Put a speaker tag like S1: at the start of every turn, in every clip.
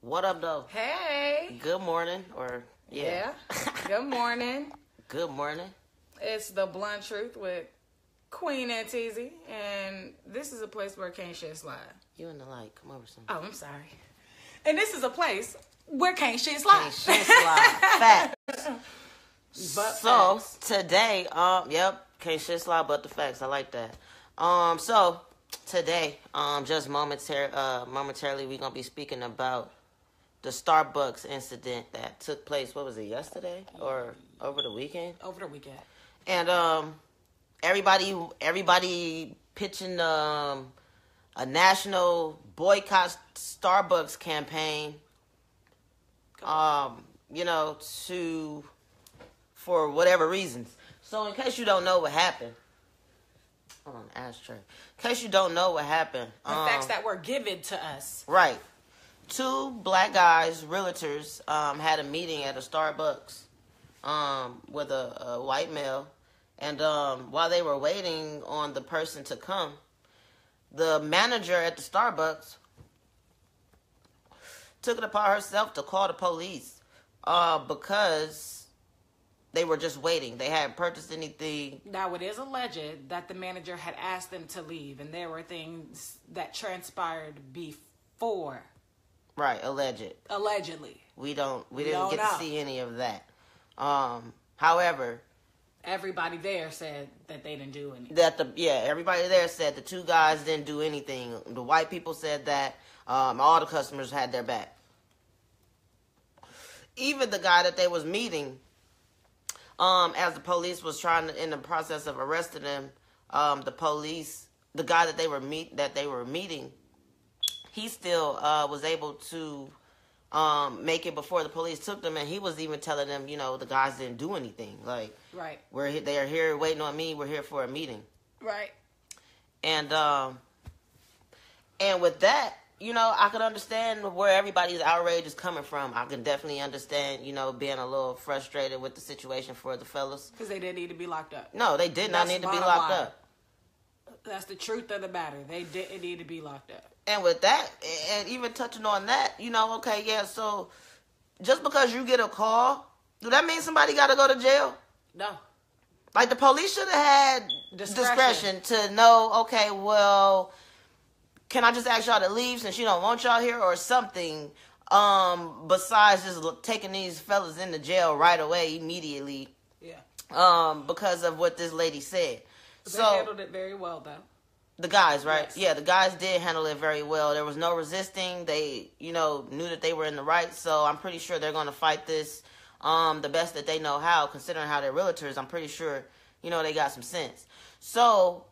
S1: What up, though?
S2: Hey.
S1: Good morning, or yeah.
S2: Good morning.
S1: Good morning.
S2: It's the blunt truth with Queen and Teasy, and this is a place where Can't Shit Slide.
S1: You in the light? Come over some.
S2: Oh, I'm sorry. And this is a place where Can't Shit Slide.
S1: Shit slide. Fact.
S2: But
S1: So today, um, yep, can't shit slide but the facts. I like that. Um, so today, um, just momentar- uh, momentarily, we're gonna be speaking about the Starbucks incident that took place. What was it yesterday or over the weekend?
S2: over the weekend.
S1: And um, everybody, everybody pitching um a national boycott Starbucks campaign. Um, you know, to for whatever reasons. So, in case you don't know what happened, hold on, ashtray. In case you don't know what happened,
S2: The
S1: um,
S2: facts that were given to us.
S1: Right. Two black guys, realtors, um, had a meeting at a Starbucks um, with a, a white male. And um, while they were waiting on the person to come, the manager at the Starbucks took it upon herself to call the police uh, because they were just waiting. They hadn't purchased anything.
S2: Now it is alleged that the manager had asked them to leave, and there were things that transpired before,
S1: Right, alleged.
S2: allegedly.
S1: We don't. We
S2: We
S1: didn't
S2: don't
S1: get to
S2: know.
S1: see any of that. Um, however,
S2: Everybody there said that they didn't do anything.
S1: that the yeah everybody there said the two guys didn't do anything. The white people said that um, all the customers had their back. Even the guy that they was meeting, um, as the police was trying to, in the process of arresting him, um, the police, the guy that they were meet that they were meeting, he still uh, was able to um, make it before the police took them, and he was even telling them, you know, the guys didn't do anything. Like
S2: Right.
S1: we're he- they are here waiting on me. We're here for a meeting.
S2: Right.
S1: And um and with that, you know, I could understand where everybody's outrage is coming from. I can definitely understand, you know, being a little frustrated with the situation for the fellas.
S2: Because they didn't need to be locked up.
S1: No, they did not
S2: That's
S1: need to be
S2: bottom
S1: locked
S2: line.
S1: up.
S2: That's the truth of the matter. They didn't need to be locked up.
S1: And with that, a- and even touching on that, you know, okay, yeah, so just because you get a call, do that mean somebody got to go to jail?
S2: No.
S1: Like the police should have had discretion.
S2: Discretion.
S1: to know, okay, well, can I just ask y'all to leave since you don't want y'all here or something? Um, besides just l- taking these fellas into jail right away immediately,
S2: Yeah.
S1: um, because of what this lady said.
S2: They
S1: so
S2: handled it very well, though.
S1: the guys, right?
S2: Yes.
S1: Yeah, the guys did handle it very well. There was no resisting. They, you know, knew that they were in the right. So I'm pretty sure they're going to fight this um, the best that they know how, considering how they're realtors. I'm pretty sure, you know, they got some sense. So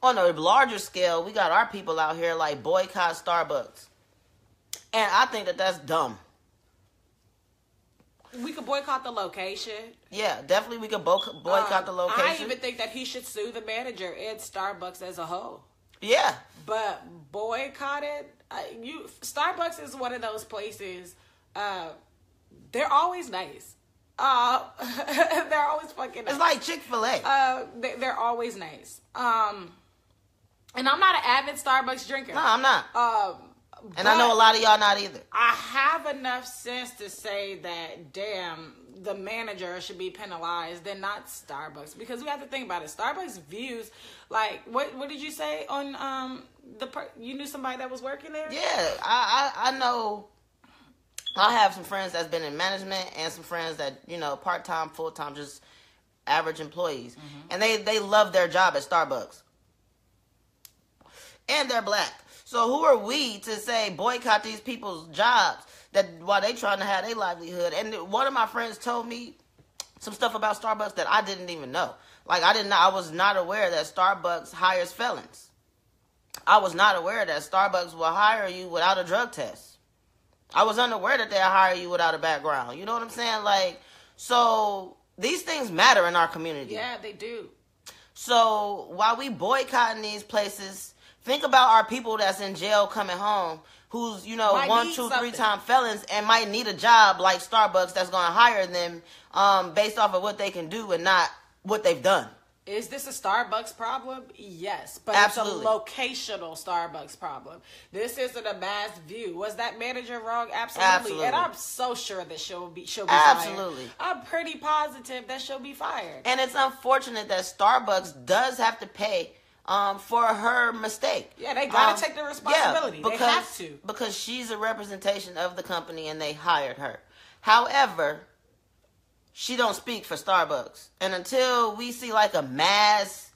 S1: on a larger scale, we got our people out here like boycott Starbucks. And I think that that's dumb.
S2: We could boycott the location.
S1: Yeah, definitely we could bo- boycott
S2: Um,
S1: the location.
S2: I even think that he should sue the manager and Starbucks as a whole.
S1: yeah,
S2: But boycott it. I, you Starbucks is one of those places. Uh, they're always nice. Uh, they're always fucking. Nice.
S1: it's like Chick Fil A.
S2: uh, they, they're always nice. Um, and I'm not an avid Starbucks drinker.
S1: no, I'm not,
S2: Um,
S1: and I know a
S2: but-
S1: lot of y'all not either.
S2: I have enough sense to say that, damn, the manager should be penalized and not Starbucks because we have to think about it. Starbucks views, like, what what did you say on um the per- you knew somebody that was working there?
S1: Yeah, I, I I know. I have some friends that's been in management and some friends that you know part time, full time, just average employees, and they they love their job at Starbucks, and they're black. So who are we to say boycott these people's jobs that while they trying to have their livelihood? And one of my friends told me some stuff about Starbucks that I didn't even know. Like I didn't, I was not aware that Starbucks hires felons. I was not aware that Starbucks will hire you without a drug test. I was unaware that they'll hire you without a background. You know what I'm saying? Like, so these things matter in our community.
S2: Yeah, they do.
S1: So while we boycotting these places, think about our people that's in jail coming home who's, you know,
S2: Might
S1: one,
S2: need
S1: two, three
S2: something.
S1: time felons and might need a job like Starbucks that's gonna hire them um based off of what they can do and not what they've done.
S2: Is this a Starbucks problem? Yes, but
S1: Absolutely.
S2: it's a locational Starbucks problem. This isn't a mass view. Was that manager wrong? Absolutely.
S1: Absolutely.
S2: And I'm so sure that she'll be she'll be
S1: Absolutely.
S2: fired. I'm pretty positive that she'll be fired.
S1: And it's unfortunate that Starbucks does have to pay um, for her mistake.
S2: Yeah, they gotta
S1: Um,
S2: take the
S1: yeah,
S2: responsibility. They have to.
S1: Because she's a representation of the company and they hired her. However, she don't speak for Starbucks. And until we see like a mass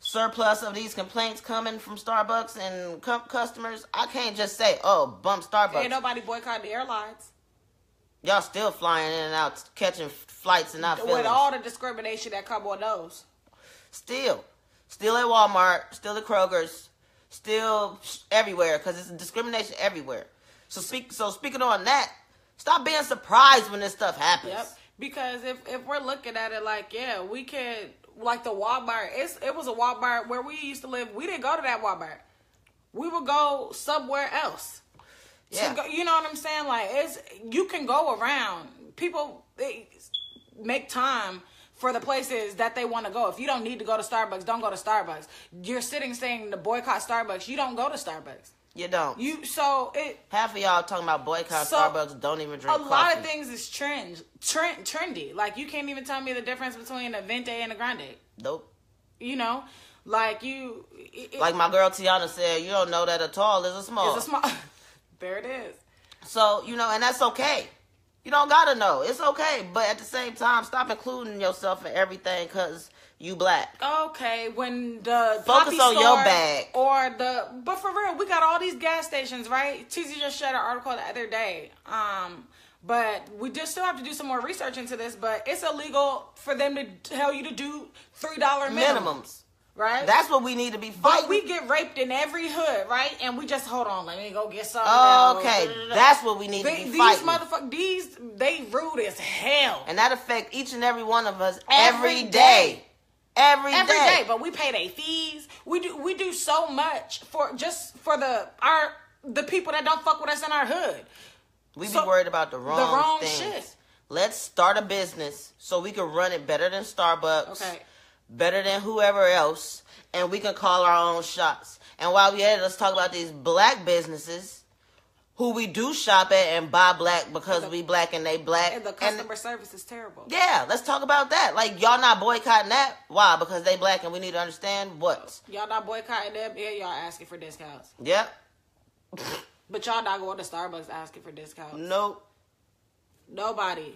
S1: surplus of these complaints coming from Starbucks and cu- customers, I can't just say, "Oh, bump Starbucks."
S2: Ain't nobody boycotting the airlines.
S1: Y'all still flying in and out, catching f- flights and not feeling.
S2: With all the discrimination that come on those.
S1: still, still at Walmart, still at Kroger's, still everywhere because it's discrimination everywhere. So speak. So speaking on that, stop being surprised when this stuff happens.
S2: Yep. Because if if we're looking at it like, yeah, we could like the Walmart. It's it was a Walmart where we used to live. We didn't go to that Walmart. We would go somewhere else. to
S1: Yeah.
S2: go- you know what I'm saying? Like it's you can go around. People they make time for the places that they want to go. If you don't need to go to Starbucks, don't go to Starbucks. You're sitting saying to boycott Starbucks. You don't go to Starbucks.
S1: You don't.
S2: You so it
S1: Half of y'all talking about boycott
S2: So,
S1: Starbucks. Don't even drink
S2: a
S1: coffee.
S2: lot of things is trend, trend, trendy. Like you can't even tell me the difference between a vente and a grande.
S1: Nope.
S2: You know, like you, it,
S1: Like oh. my girl Tiana said, you don't know that a tall is a small.
S2: it's a small. there it is.
S1: So, you know, and that's okay. You don't gotta know. It's okay. But at the same time, stop including yourself in everything because you black.
S2: Okay, when the
S1: Focus
S2: Poppy
S1: on your
S2: store
S1: bag.
S2: or the but for real, we got all these gas stations, right? TZ just shared an article the other day. Um, but we just still have to do some more research into this. But it's illegal for them to tell you to do three dollar minimum,
S1: Minimums.
S2: right?
S1: That's what we need to be
S2: But
S1: fighting.
S2: we get raped in every hood, right? And we just hold on, let me go get something.
S1: okay.
S2: else.
S1: That's what we need
S2: They-
S1: to be
S2: these
S1: fighting.
S2: motherfuckers, these they rude as hell
S1: and that affect each and every one of us
S2: Every
S1: every day.
S2: day.
S1: Every day.
S2: every day. But we pay their fees. We do we do so much for just for the our the people that don't fuck with us in our hood.
S1: We be
S2: So-
S1: worried about the wrong,
S2: wrong
S1: things.
S2: shit.
S1: Let's start a business so we can run it better than Starbucks,
S2: Okay.
S1: better than whoever else, and we can call our own shots. And while we at it, let's talk about these black businesses who we do shop at and buy black because we black and they black.
S2: And the customer service is terrible.
S1: yeah, let's talk about that. Like y'all not boycotting that? Why? Because they black and we need to understand what.
S2: Y'all not boycotting them. Yeah, y'all asking for discounts.
S1: Yep.
S2: But y'all not going to Starbucks asking for discounts.
S1: Nope.
S2: Nobody.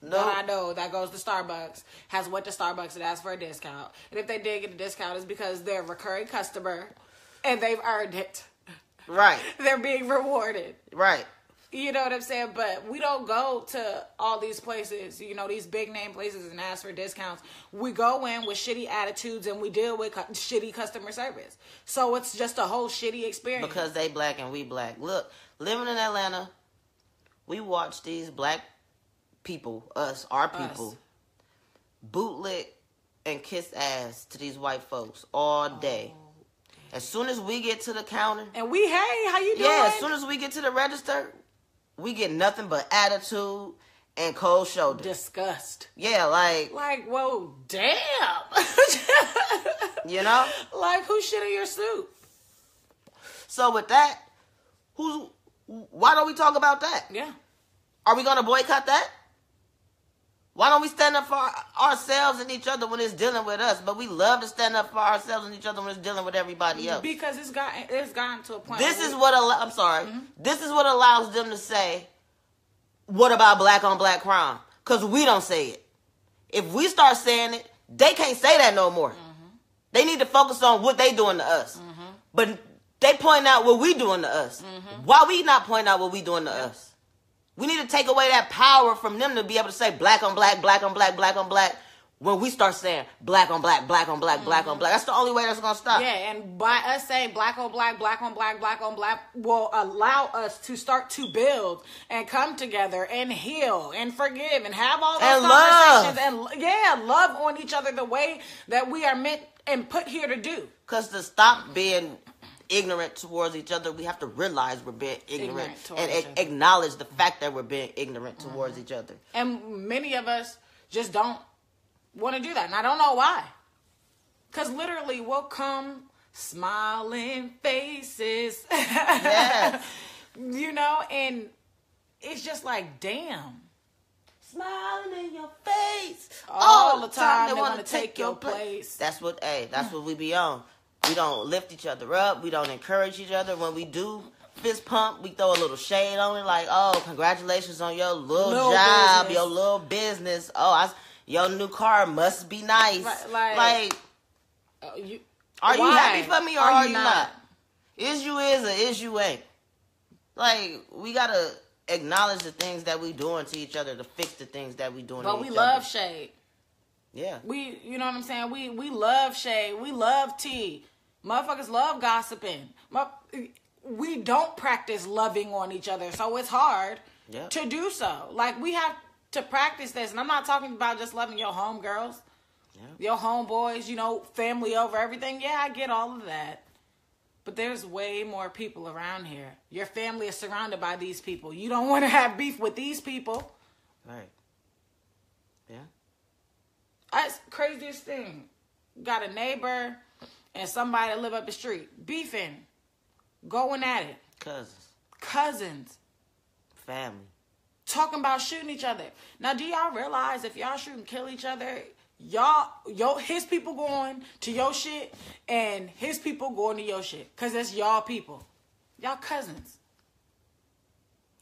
S1: Nope.
S2: that I know that goes to Starbucks has went to Starbucks and asked for a discount. And if they did get a discount, it's because they're a recurring customer and they've earned it.
S1: Right.
S2: They're being rewarded.
S1: Right.
S2: You know what I'm saying? But we don't go to all these places, you know, these big name places and ask for discounts. We go in with shitty attitudes and we deal with cu- shitty customer service. So it's just a whole shitty experience.
S1: because they black and we black. Look, living in Atlanta, we watch these black people, us, our people, bootlick and kiss ass to these white folks all day. As soon as we get to the counter,
S2: Oh. and we, hey, how you doing?
S1: yeah, as soon as we get to the register, we get nothing but attitude and cold shoulder.
S2: Disgust.
S1: yeah, like,
S2: Like, whoa, damn.
S1: you know?
S2: like, who shit in your soup?
S1: So with that, who why don't we talk about that?
S2: Yeah.
S1: Are we going to boycott that? Why don't we stand up for our- ourselves and each other when it's dealing with us? But we love to stand up for ourselves and each other when it's dealing with everybody else.
S2: Because it's gotten it's gotten to a point.
S1: This
S2: where
S1: is
S2: we-
S1: what al- I'm sorry. This is what allows them to say, "What about black on black crime?" Because we don't say it. If we start saying it, they can't say that no more. They need to focus on what they doing to us. But they point out what we doing to us. Why we not point out what we doing to us? We need to take away that power from them to be able to say black on black, black on black, black on black. When we start saying black on black, black on black, black on black, that's the only way that's gonna stop.
S2: Yeah, and by us saying black on black, black on black, black on black will allow us to start to build and come together and heal and forgive and have all those
S1: And
S2: conversations and yeah, love on each other the way that we are meant and put here to do.
S1: Because to stop being ignorant towards each other, we have to realize we're being ignorant,
S2: Ignorant towards
S1: and
S2: each
S1: a-
S2: other. Mm-hmm.
S1: acknowledge the fact that we're being ignorant towards each other.
S2: And many of us just don't want to do that. And I don't know why. Cause literally, we'll come smiling faces.
S1: Yes.
S2: you know, and it's just like, damn.
S1: Smiling in your face
S2: All the time they wanna take your place. Mm.
S1: That's what, hey, that's what we be on. We don't lift each other up. We don't encourage each other. When we do fist pump, we throw a little shade on it, like, oh, congratulations on your little,
S2: Little
S1: job,
S2: business.
S1: your little business. Oh, I s your new car must be nice.
S2: Right,
S1: like,
S2: like- Uh, you,
S1: are you
S2: why?
S1: happy for me or are, you not? Is you is or is you ain't? Like, we gotta acknowledge the things that we doing to each other to fix the things that we doing.
S2: But
S1: to
S2: we
S1: each
S2: love
S1: other.
S2: shade.
S1: yeah.
S2: We, you know what I'm saying? We we love shade. We love tea. Motherfuckers love gossiping. Mu- We don't practice loving on each other, so it's hard
S1: Yeah.
S2: to do so. Like we have to practice this, and I'm not talking about just loving your homegirls,
S1: Yeah.
S2: your homeboys, you know, family over everything. Yeah, I get all of that. But there's way more people around here. Your family is surrounded by these people. You don't want to have beef with these people.
S1: Right. Yeah.
S2: That's the craziest thing. Got a neighbor and somebody that live up the street beefing, going at it,
S1: Cousins,
S2: cousins
S1: family.
S2: talking about shooting each other. Now, do y'all realize if y'all shoot and kill each other, y'all yo his people going to your shit and his people going to your shit because that's y'all people, y'all cousins.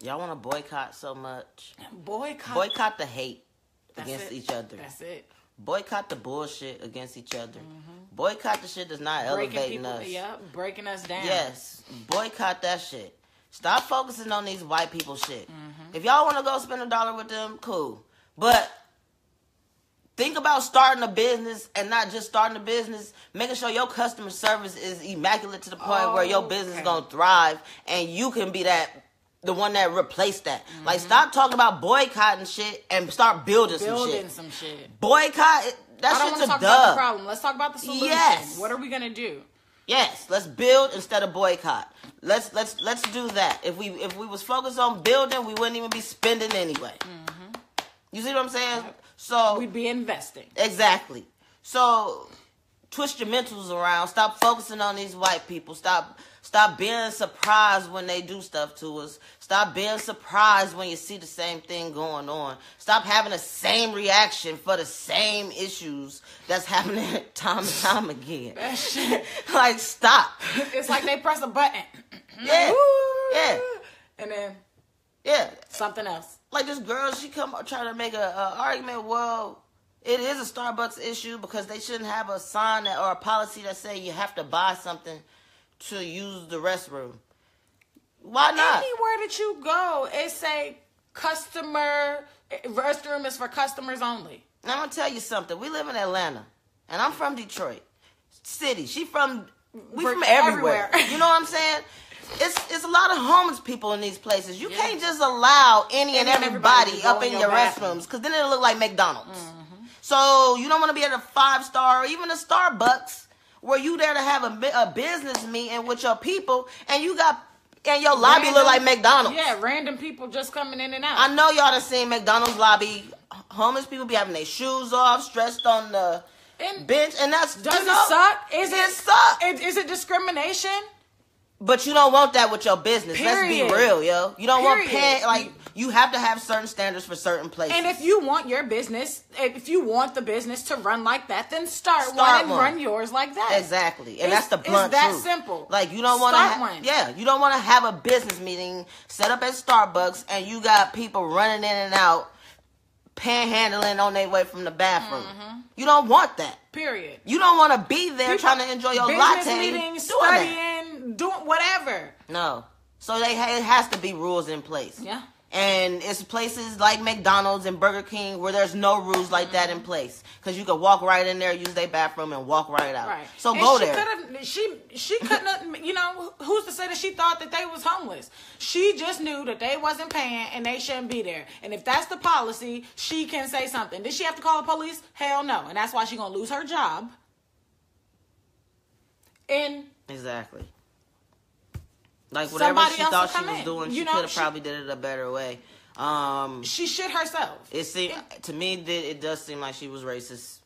S1: Y'all want to boycott so much.
S2: Boycott.
S1: Boycott the hate
S2: That's
S1: against
S2: it.
S1: each other.
S2: That's it.
S1: Boycott the bullshit against each other. Boycott the shit that's not
S2: Breaking
S1: elevating
S2: people.
S1: us.
S2: Yep. Breaking us down.
S1: Yes, boycott that shit. Stop focusing on these white people shit.
S2: Mm-hmm.
S1: If y'all want to go spend a dollar with them, cool. But think about starting a business and not just starting a business, making sure your customer service is immaculate to the point where your business
S2: Okay.
S1: is gonna thrive and you can be that the one that replaced that. Like
S2: Mm-hmm.
S1: stop talking about boycotting shit and start building, some
S2: Building
S1: shit.
S2: some shit.
S1: Boycott it-
S2: I don't
S1: that
S2: want
S1: shit's
S2: to
S1: a
S2: talk about the
S1: dub.
S2: problem. Let's talk about the solution.
S1: Yes.
S2: What are we gonna do?
S1: Yes, let's build instead of boycott. Let's let's let's do that. If we if we was focused on building, we wouldn't even be spending anyway. You see what I'm saying? So
S2: We'd be investing.
S1: exactly. So twist your mentals around. Stop focusing on these white people. Stop stop being surprised when they do stuff to us. Stop being surprised when you see the same thing going on. Stop having the same reaction for the same issues that's happening time and time again.
S2: That shit.
S1: like stop.
S2: It's like they press a button.
S1: Yeah.
S2: Woo!
S1: Yeah.
S2: And then
S1: Yeah.
S2: something else.
S1: Like this girl, she come up trying to make a, a argument. Well, it is a Starbucks issue because they shouldn't have a sign that, or a policy that say you have to buy something to use the restroom. Why not?
S2: Anywhere that you go, it say customer restroom is for customers only.
S1: And I'm gonna tell you something. We live in Atlanta, and I'm from Detroit city. She from we
S2: We're
S1: from everywhere.
S2: everywhere.
S1: you know what I'm saying? It's it's a lot of homeless people in these places. You can't just allow any and
S2: Any and everybody
S1: everybody,
S2: to go
S1: up
S2: in
S1: in
S2: your
S1: your,
S2: bathroom. Mm-hmm.
S1: restrooms because then it'll look like McDonald's. So you don't want to be at a five star or even a Starbucks where you there to have a, bu- a business meeting with your people and you got and your lobby look like
S2: Random-
S1: McDonald's.
S2: Yeah, random people just coming in and out.
S1: I know y'all done seen McDonald's lobby. Homeless people be having their shoes off, stretched on the
S2: And
S1: bench, and that's
S2: does
S1: you know,
S2: it suck? Is
S1: it suck?
S2: Is, is it discrimination?
S1: But you don't want that with your business. Let's
S2: Period.
S1: be real, yo. You don't want
S2: Period.
S1: pay like you have to have certain standards for certain places.
S2: And if you want your business, if you want the business to run like that, then start, one
S1: Start
S2: and
S1: one.
S2: run yours like that.
S1: Exactly, and
S2: It's-
S1: that's the
S2: it's
S1: blunt
S2: that
S1: truth.
S2: simple.
S1: Like you don't want to,
S2: Start one.
S1: yeah, you don't want to have a business meeting set up at Starbucks, and you got people running in and out, panhandling on their way from the bathroom.
S2: Mm-hmm.
S1: You don't want that.
S2: Period.
S1: You don't want to be there
S2: People-
S1: trying to enjoy your
S2: business
S1: latte.
S2: meetings,
S1: doing that.
S2: studying, doing whatever.
S1: No. So they ha- it has to be rules in place.
S2: Yeah.
S1: And it's places like McDonald's and Burger King where there's no rules like that in place because you can walk right in there, use their bathroom, and walk right out.
S2: Right.
S1: So
S2: And
S1: go
S2: she
S1: there.
S2: could've- She she couldn't. have- you know, who's to say that she thought that they was homeless? She just knew that they wasn't paying and they shouldn't be there. And if that's the policy, she can say something. Did she have to call the police? Hell no. And that's why she gonna lose her job. And
S1: Exactly. Like whatever
S2: Somebody
S1: she
S2: else
S1: thought
S2: will
S1: she
S2: come
S1: was
S2: in.
S1: doing,
S2: You
S1: she
S2: know,
S1: could have
S2: she-
S1: probably did it a better way. Um,
S2: she shit herself.
S1: it seem to me that it does seem like she was racist.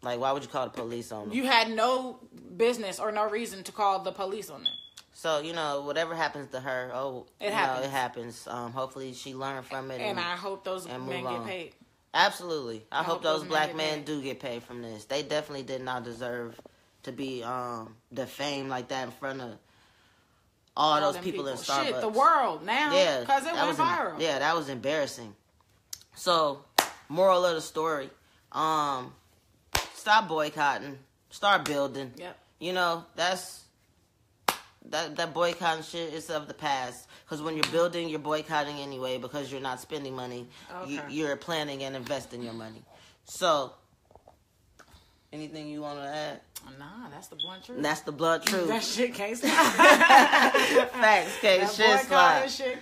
S1: Like, why would you call the police on them?
S2: You had no business or no reason to call the police on them.
S1: So you know, whatever happens to her, oh,
S2: It
S1: you know,
S2: happens.
S1: it happens. Um, hopefully, she learned from it.
S2: And I hope those
S1: and
S2: men
S1: move
S2: get
S1: on.
S2: paid.
S1: Absolutely. I, hope,
S2: hope
S1: those,
S2: those men
S1: black
S2: get
S1: men
S2: paid.
S1: do get paid from this. They definitely did not deserve to be um defamed like that in front of all,
S2: All
S1: those
S2: them
S1: people, in Starbucks.
S2: Shit, the world now.
S1: Yeah,
S2: Because it
S1: that
S2: went
S1: was em-
S2: viral.
S1: yeah, that was embarrassing. So, moral of the story: um, stop boycotting, start building.
S2: Yep.
S1: You know that's that that boycotting shit is of the past. Because when you're building, you're boycotting anyway because you're not spending money. You,
S2: Okay.
S1: you're planning and investing your money. So, anything you want to add?
S2: Nah, that's the blunt truth.
S1: That's the blood truth.
S2: That shit can't stop.
S1: Facts, K.
S2: That
S1: Shit
S2: boycott
S1: slide.
S2: and shit